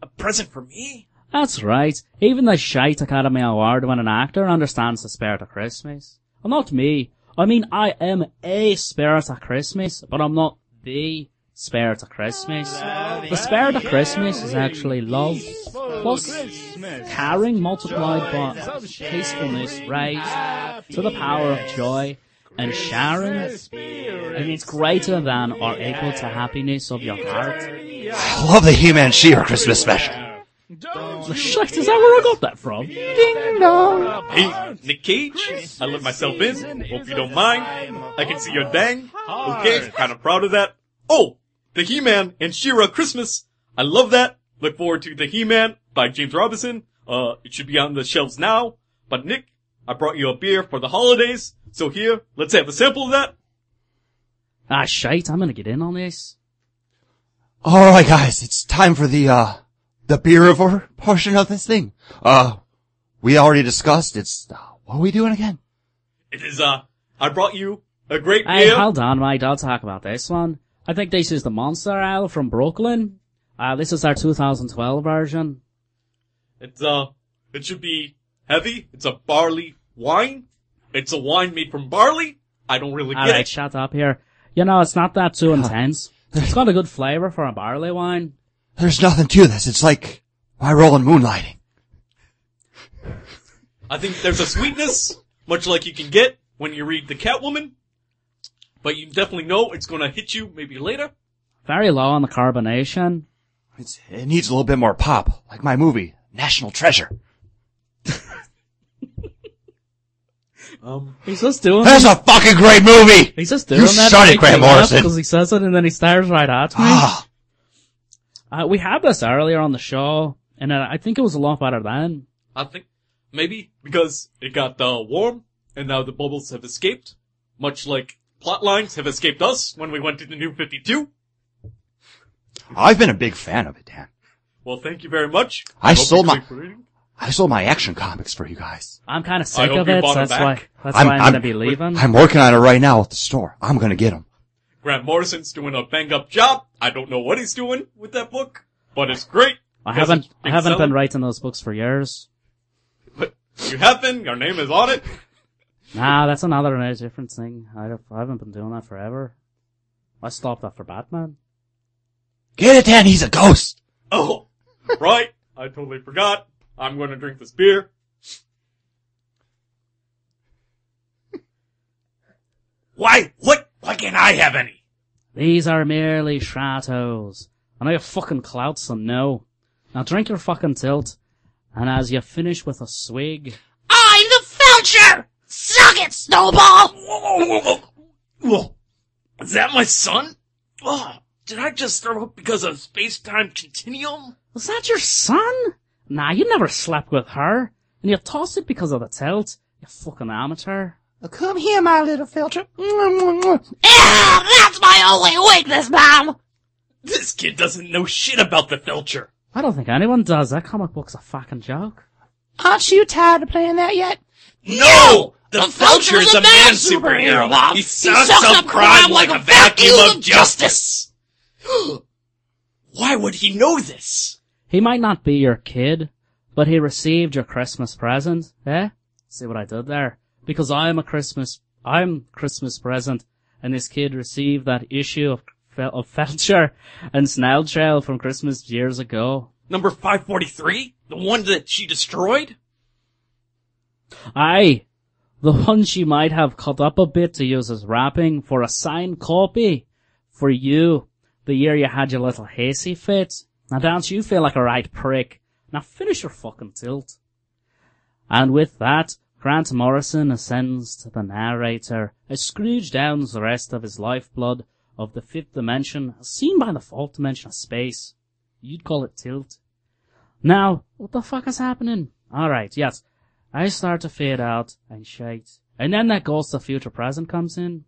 J: A present for me?
I: That's right. Even the shite Academy Award winning actor understands the spirit of Christmas. And not me. I mean, I am a spirit of Christmas, but I'm not the spirit of Christmas. The spirit of Christmas is actually love, plus caring multiplied by peacefulness raised to the power of joy and sharing, and it's greater than or equal to happiness of your heart.
F: I love the He-Man She-Ra Christmas special.
I: Shit, is that where I got that from?
H: Ding dong.
J: Hey, Nick Cage, I let myself in. Hope you don't mind. I can see your dang. Okay, kind of proud of that. Oh, the He-Man and She-Ra Christmas. I love that. Look forward to the He-Man by James Robinson. Uh, it should be on the shelves now. But Nick, I brought you a beer for the holidays. So here, let's have a sample of that.
I: Ah, shite, I'm gonna get in on this.
F: All right, guys, it's time for the uh the beerivore portion of this thing. Uh, we already discussed. It's uh, what are we doing again?
J: It is, uh, I brought you a great
I: Hey,
J: beer.
I: hold on, mate. I'll talk about this one. I think this is the Monster Ale from Brooklyn. Uh, this is our 2012 version.
J: It's uh, it should be heavy. It's a barley wine. It's a wine made from barley. I don't really get
I: Alright,
J: it.
I: shut up here. You know, it's not that too intense. It's got a good flavor for a barley wine.
F: There's nothing to this. It's like my role in moonlighting.
J: I think there's a sweetness, much like you can get when you read the Catwoman. but you definitely know it's gonna hit you maybe later.
I: Very low on the carbonation.
F: It's, it needs a little bit more pop, like my movie, National Treasure.
J: Um,
I: He's just doing.
F: That's a fucking great movie!
I: He's just doing
F: You
I: that.
F: started, Grant Morrison.
I: Because he says it and then he stares right at me.
F: Ah,
I: Uh, we had this earlier on the show, and uh, I think it was a lot better then.
J: I think maybe because it got uh, warm and now the bubbles have escaped, much like plot lines have escaped us when we went to the New Fifty Two.
F: I've been a big fan of it, Dan.
J: Well, thank you very much.
F: I
J: hope you
F: sold my-
J: keep reading.
F: I sold my action comics for you guys.
I: I'm kind of sick
J: hope
I: of
J: you
I: it, so
J: bought 'em
I: that's why
J: back.
I: that's
F: I'm-
I: why I'm,
F: I'm-
I: gonna be leaving.
F: I'm working on it right now at the store. I'm gonna get them.
J: Grant Morrison's doing a bang up job. I don't know what he's doing with that book, but it's great.
I: I
J: Because
I: haven't
J: it's
I: I haven't
J: selling.
I: been writing those books for years.
J: You have been. Your name is on it.
I: Nah, that's another uh, different thing. I, don't- I haven't been doing that forever. I stopped that for Batman.
F: Get it, Dan, he's a ghost!
J: Oh, right. I totally forgot. I'm going to drink this beer. Why? What? Why can't I have any?
I: These are merely shadows. I know you're fucking clouts and no. Now drink your fucking tilt, and as you finish with a swig,
E: I'm the Felcher! Suck it, Snowball!
J: Whoa. Is that my son? Oh, did I just throw up because of space-time continuum?
I: was that your son? Nah, you never slept with her, and you tossed it because of the tilt. You fucking amateur.
H: Come here, my little felcher.
E: Yeah, Ah, that's my only weakness, Mom!
J: This kid doesn't know shit about the Felcher.
I: I don't think anyone does. That comic book's a fucking joke.
H: Aren't you tired of playing that yet?
J: No! The,
E: Felcher's a man superhero, Bob.
J: He
E: He
J: sucks,
E: sucks
J: up crime like a vacuum of
E: justice.
J: justice! Why would he know this?
I: He might not be your kid, but he received your Christmas present, eh? See what I did there? Because I'm a Christmas, I'm Christmas present, and this kid received that issue of, Fel- of Felcher and Snail Trail from Christmas years ago.
J: Number 543? The one that she destroyed?
I: Aye, the one she might have cut up a bit to use as wrapping for a signed copy for you the year you had your little hazy fit. Now don't you feel like a right prick. Now finish your fucking tilt. And with that, Grant Morrison ascends to the narrator as Scrooge downs the rest of his lifeblood of the fifth dimension as seen by the fourth dimension of space. You'd call it tilt. Now, what the fuck is happening? Alright, yes. I start to fade out and shite. And then that ghost of future present comes in.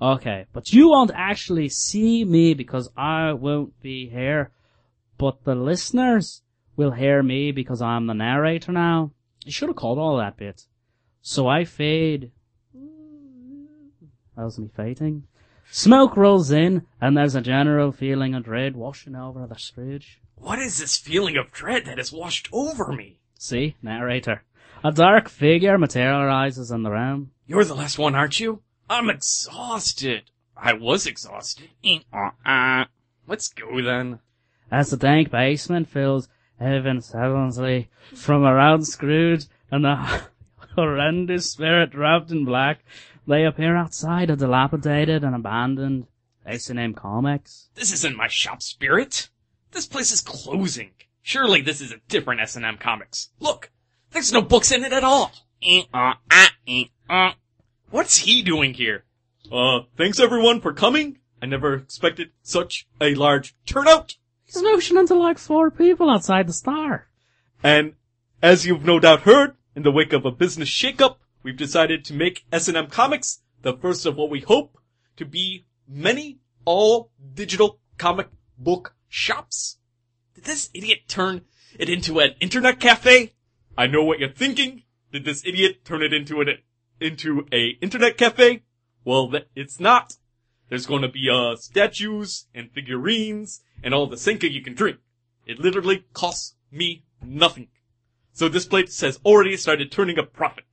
I: Okay, but you won't actually see me because I won't be here. But the listeners will hear me because I'm the narrator now. You should have called all that bit. So I fade. That was me fading. Smoke rolls in and there's a general feeling of dread washing over the Scrooge.
J: What is this feeling of dread that has washed over me?
I: See? Narrator. A dark figure materializes in the room.
J: You're the last one, aren't you? I'm exhausted. I was exhausted. Eh, uh, uh. Let's go then.
I: As the dank basement fills heaven silently from around Scrooge and the horrendous spirit wrapped in black, they appear outside a dilapidated and abandoned S&M Comics.
J: This isn't my shop spirit. This place is closing. Surely this is a different S&M Comics. Look, there's no books in it at all. Eh, uh, ah, eh, uh. What's he doing here? Uh, thanks everyone for coming. I never expected such a large turnout.
I: He's notioning to like four people outside the star.
J: And as you've no doubt heard, in the wake of a business shakeup, we've decided to make S&M Comics the first of what we hope to be many all digital comic book shops. Did this idiot turn it into an internet cafe? I know what you're thinking. Did this idiot turn it into an into a internet cafe? Well, th- it's not. There's going to be uh statues and figurines and all the senka you can drink. It literally costs me nothing. So this place has already started turning a profit.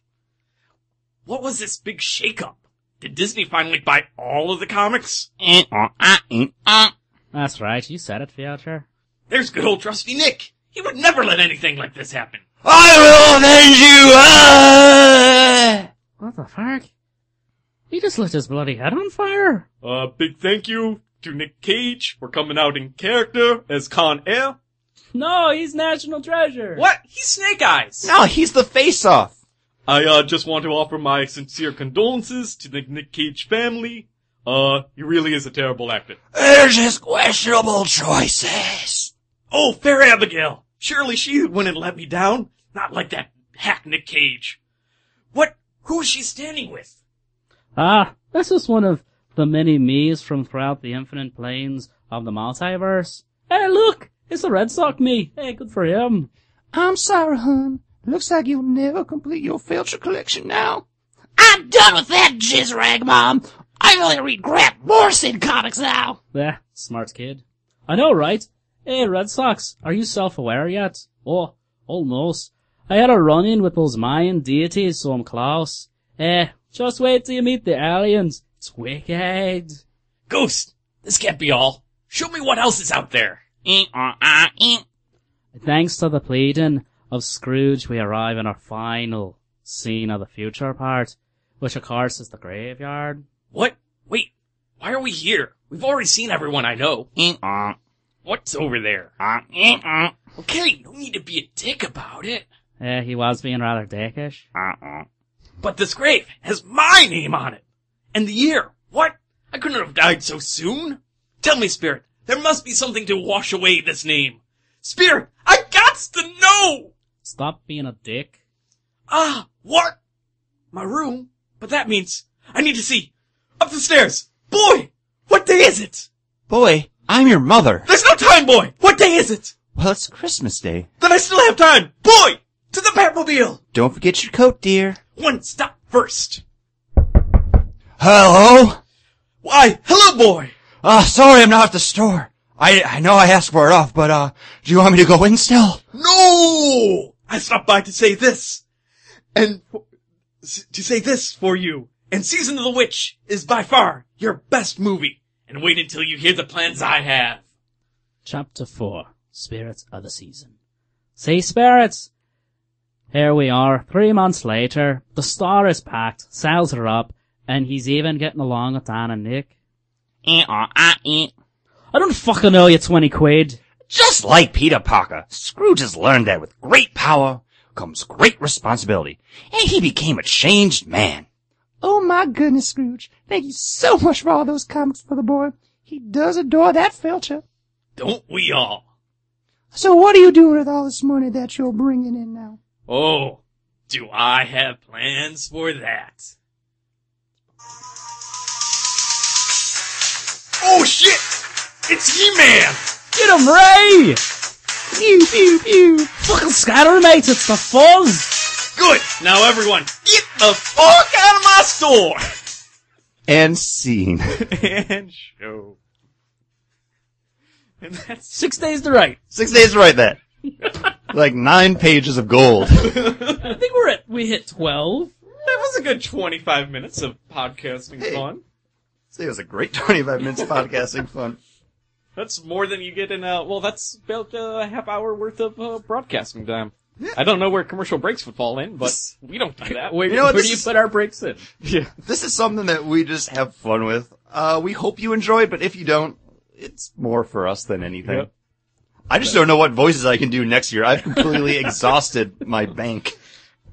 J: What was this big shakeup? Did Disney finally buy all of the comics?
F: Eh, uh, ah, eh, ah.
I: That's right, you said it, Fiacher.
J: There's good old trusty Nick. He would never let anything like this happen.
F: I will avenge you! Ah!
I: What the fuck?
K: He just lit his bloody head on fire.
E: Uh, big thank you to Nick Cage for coming out in character as Con Air.
B: No, he's national treasure.
E: What? He's Snake Eyes!
A: No, he's the face off.
E: I, uh, just want to offer my sincere condolences to the Nick Cage family. Uh, he really is a terrible actor.
F: There's just questionable choices.
E: Oh, fair Abigail! Surely she wouldn't let me down. Not like that hack Nick Cage. What? Who is she standing with?
I: Ah, this is one of the many me's from throughout the infinite planes of the multiverse. Hey, look! It's the Red Sox me! Hey, good for him.
H: I'm sorry, hun. Looks like you'll never complete your filter collection now.
K: I'm done with that jizz rag, Mom. I only read crap Morrison comics now.
I: Yeah, smart kid. I know, right? Hey, Red Sox, are you self-aware yet? Oh, almost. I had a run-in with those Mayan deities, so I'm close. Eh, just wait till you meet the aliens. It's wicked.
E: Ghost! This can't be all. Show me what else is out there!
I: Thanks to the pleading of Scrooge, we arrive in our final scene of the future part, which of course is the graveyard.
E: What? Wait, why are we here? We've already seen everyone I know. What's over there? Okay, no need to be a dick about it.
I: Eh, he was being rather dickish.
E: But this grave has my name on it! And the year! What? I couldn't have died so soon! Tell me, Spirit, there must be something to wash away this name! Spirit, I gots to know!
I: Stop being a dick.
E: Ah, what? My room? But that means I need to see! Up the stairs! Boy! What day is it?
A: Boy, I'm your mother.
E: There's no time, boy! What day is it?
A: Well, it's Christmas Day.
E: Then I still have time! Boy! To the Batmobile!
A: Don't forget your coat, dear.
E: One stop first!
A: Hello?
E: Why, hello, boy!
F: Ah,
A: Uh, sorry I'm not at the store. I, I know I asked for it off, but, uh, do you want me to go in still?
E: No! I stopped by to say this, and for- s- to say this for you. And Season of the Witch is by far your best movie. And wait until you hear the plans I have.
I: Chapter 4 Spirits of the Season. See, spirits! Here we are, three months later. The star is packed, sales are up, and he's even getting along with Dan and Nick. I don't fucking owe you 20 quid.
F: Just like Peter Parker, Scrooge has learned that with great power comes great responsibility, and he became a changed man.
H: Oh my goodness, Scrooge. Thank you so much for all those comics for the boy. He does adore that filter.
E: Don't we all?
H: So what are you doing with all this money that you're bringing in now?
E: Oh, do I have plans for that? Oh shit! It's He-Man!
I: Get him, Ray!
H: Pew, pew, pew.
I: Fucking scatter, mate, it's the fuzz!
E: Good! Now everyone, get the fuck out of my store!
A: And scene.
E: and show. And that's
I: Six days to write.
A: Six days to write that. like nine pages of gold.
I: I think we're at, we hit 12.
E: that was a good twenty-five minutes of podcasting fun.
A: See, it was a great 25 minutes of podcasting fun.
E: That's more than you get in a well. That's about a half hour worth of uh, broadcasting time. I don't know where commercial breaks would fall in, but we don't do that.
B: Wait,
A: You know what,
B: where
A: this
B: do you
A: is-
B: put our breaks in?
E: yeah.
A: This is something that we just have fun with. Uh, we hope you enjoyed, but if you don't, it's more for us than anything.
E: Yep.
A: I just don't know what voices I can do next year. I've completely exhausted my bank.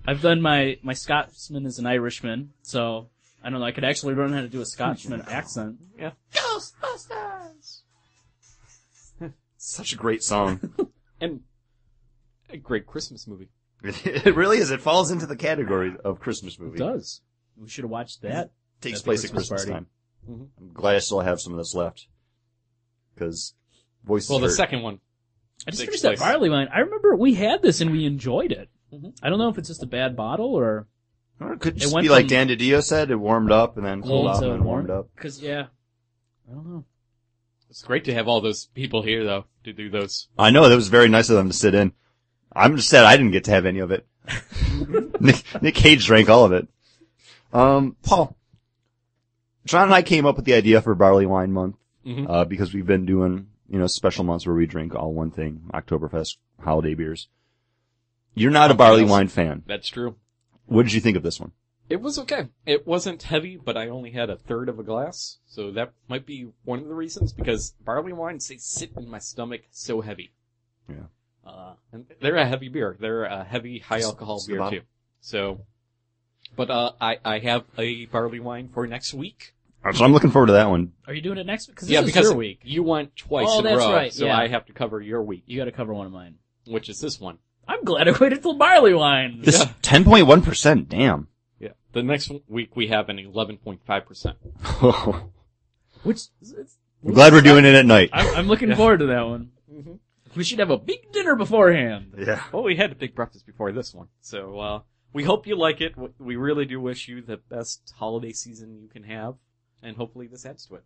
B: I've done my my Scotsman is an Irishman, so I don't know. I could actually learn how to do a Scotsman accent.
H: Ghostbusters!
A: Such a great song.
E: and a great Christmas movie.
A: it really is. It falls into the category of Christmas movie.
B: It does. We should have watched that.
A: takes
B: At the
A: place at
B: Christmas
A: Christmas
B: party. Mm-hmm.
A: time.
E: Mhm.
C: Mm-hmm.
A: I'm glad I still have some of this left. Because voices
E: Well, the
A: hurt.
E: second one.
B: I just
E: Takes
B: finished that
E: place.
B: barley wine. I remember we had this and we enjoyed it.
C: Mm-hmm.
B: I don't know if it's just a bad bottle or
A: Or it could just
B: went
A: be like
B: from-
A: Dan DiDio said, it warmed up and then cooled
B: Cold
A: off
B: to
A: and then warmed
B: warm.
A: up.
B: because yeah, I don't know.
E: It's great to have all those people here, though, to do those.
A: I know, that was very nice of them to sit in. I'm just sad I didn't get to have any of it. Nick, Nick Cage drank all of it. Um, Paul. John and I came up with the idea for Barley Wine Month,
E: Mhm.
A: uh, because we've been doing, you know, special months where we drink all one thing, Oktoberfest, holiday beers. You're not a barley
E: Oktoberfest.
A: wine fan.
E: That's true.
A: What did you think of this one?
C: It was okay. It wasn't heavy, but I only had a third of a glass, so that might be one of the reasons because barley wines they sit in my stomach so heavy.
A: Yeah.
C: Uh, and they're a heavy beer. They're a heavy high alcohol
A: it's the
C: beer
A: bottom.
C: too. So, but uh, I I have a barley wine for next week.
A: So I'm looking forward to that one.
B: Are you doing it next week? Because
C: yeah,
B: this
C: because
B: is your week.
C: you went twice
B: Oh,
C: in
B: that's
C: a row,
B: right,
C: so
B: yeah.
C: I have to cover your week,
B: You got to cover one of mine.
C: which is this one.
B: I'm glad I waited till barley wines.
A: This 10.1%, damn.
C: Yeah. The next week we have an 11.5 percent.
A: I'm
B: Which it's,
A: glad we're doing it at night.
B: I'm, I'm looking forward to that one.
C: Mm-hmm.
B: We should have a big dinner beforehand.
A: Yeah.
C: Well, we had a big breakfast before this one, so uh, we hope you like it. W- We really do wish you the best holiday season you can have, and hopefully this adds to it.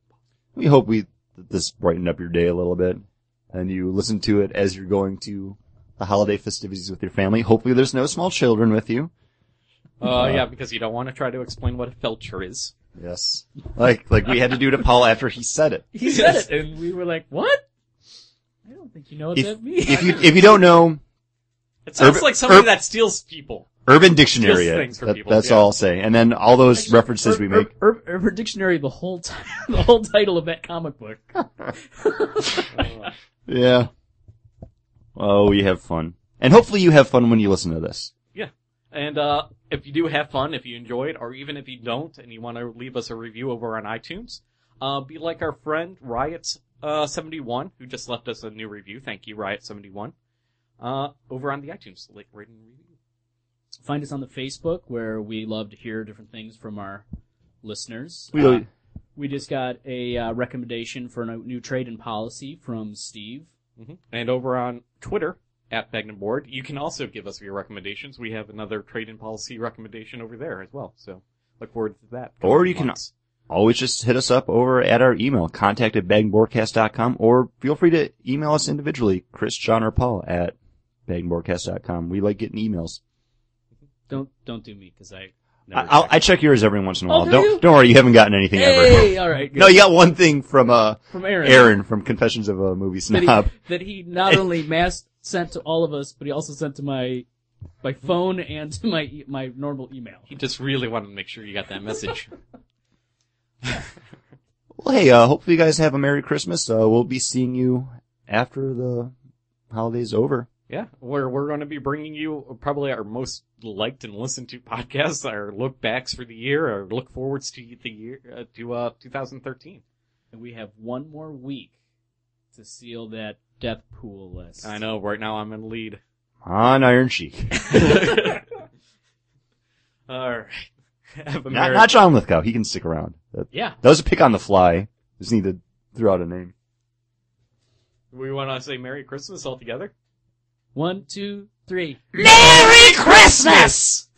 A: We hope we that this brightened up your day a little bit, and you listen to it as you're going to the holiday festivities with your family. Hopefully, there's no small children with you.
C: Uh, yeah, because you don't want to try to explain what a felcher is.
A: Yes, like like we had to do to Paul after he said it.
B: He said it, and we were like, "What? I don't think you know what
A: If,
B: that means."
A: if you if you don't know
C: It sounds
A: Urban-
C: like something
A: ur-
C: that steals people.
A: Urban Dictionary,
C: Just
A: it.
C: things for
A: That-
C: people,
A: that's
C: yeah.
A: all I'll say. And then all those
B: Actually,
A: references
B: Ur-
A: we
B: Ur-
A: make.
B: Ur- Urban Dictionary, the whole ti- the whole title of that comic book.
A: Yeah. Oh, we have fun, and hopefully you have fun when you listen to this.
C: And uh, if you do have fun, if you enjoy it, or even if you don't, and you want to leave us a review over on iTunes, uh, be like our friend Riot uh, seventy one, who just left us a new review. Thank you, Riot seventy one, uh, over on the iTunes, like rate and review.
B: Find us on the Facebook, where we love to hear different things from our listeners.
A: We
B: Uh,
A: really-
B: we just got a uh, recommendation for a new trade and policy from Steve.
C: hmm And over on Twitter at Bagnan Board, you can also give us your recommendations. We have another trade and policy recommendation over there as well. So look forward to that.
A: Or you can-
C: Months.
A: always just hit us up over at our email, contact at bagandboardcast.com, or feel free to email us individually, Chris, John, or Paul at bagandboardcast.com. We like getting emails.
B: Don't don't do me because I.
A: I,
B: Never
A: I'll,
B: check.
A: I check yours every once in a
B: Oh,
A: while.
B: do
A: don't,
B: you?
A: don't worry, you haven't gotten anything ever.
B: Hey, all right. Good.
A: No, you got one thing from, uh,
B: from Aaron.
A: Aaron from Confessions of a Movie
B: that he,
A: Snob.
B: that he not only mass sent to all of us, but he also sent to my my phone and to my e- my normal email.
C: He just really wanted to make sure you got that message.
A: Well, hey, uh, hopefully you guys have a Merry Christmas. Uh, we'll be seeing you after the holiday's over.
C: yeah, where we're going to be bringing you probably our most liked and listened to podcasts, our look backs for the year, our look forwards to the year uh, to uh, 2013.
B: And we have one more week to seal that death pool list.
C: I know. Right now, I'm in lead.
A: On Iron Cheek.
C: All right. Have a
A: Not,
C: merry.
A: not John Lithgow. He can stick around. That,
B: Yeah.
A: that was a pick on the fly. Just need to throw out a name.
C: we want to say Merry Christmas all together.
B: One, two, three.
G: Merry Christmas!